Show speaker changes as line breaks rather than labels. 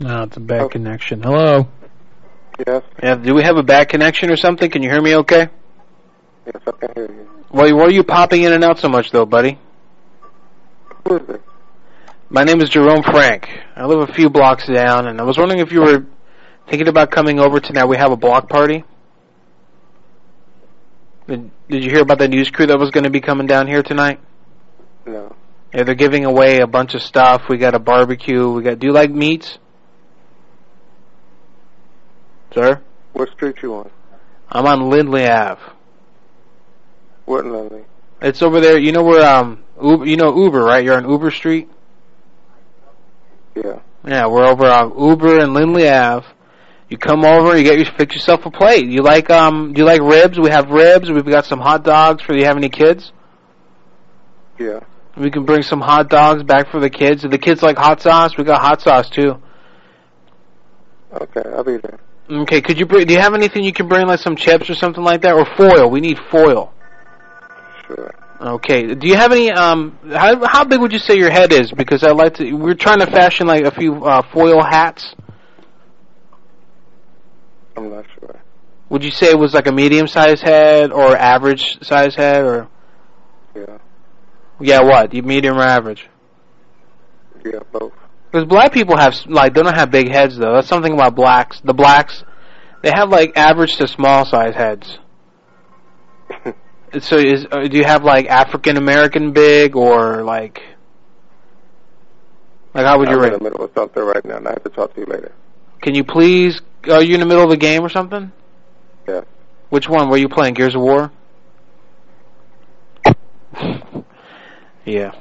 No, Ah, it's a bad connection. Hello.
Yes,
Oh. Yeah, do we have a bad connection or something? Can you hear me okay?
yes, I can hear you.
Why, why are you popping in and out so much, though, buddy?
Who is this?
My name is Jerome Frank. I live a few blocks down, and I was wondering if you were thinking about coming over tonight. We have a block party. Did, did you hear about the news crew that was going to be coming down here tonight?
No.
Yeah, they're giving away a bunch of stuff. We got a barbecue. We got. Do you like meats, sir?
What street you on?
I'm on Lindley Ave.
What Lily?
It's over there. You know where um, Uber, you know Uber, right? You're on Uber Street.
Yeah.
Yeah, we're over on Uber and Lindley Ave. You come over, you get your fix yourself a plate. You like um do you like ribs? We have ribs, we've got some hot dogs for you have any kids?
Yeah.
We can bring some hot dogs back for the kids. If the kids like hot sauce, we got hot sauce too.
Okay, I'll be there.
Okay, could you bring do you have anything you can bring like some chips or something like that or foil? We need foil.
Sure.
Okay. Do you have any um how how big would you say your head is because I like to we're trying to fashion like a few uh foil hats.
I'm not sure.
Would you say it was like a medium sized head or average size head or
Yeah.
Yeah, what? You medium or average?
Yeah, both.
Because black people have s- like they don't have big heads though. That's something about blacks. The blacks, they have like average to small size heads. So is uh, do you have like African American big or like like how would you
I'm in
rate?
the middle of something right now, and I have to talk to you later.
Can you please? Are you in the middle of a game or something?
Yeah.
Which one were you playing? Gears of War. yeah.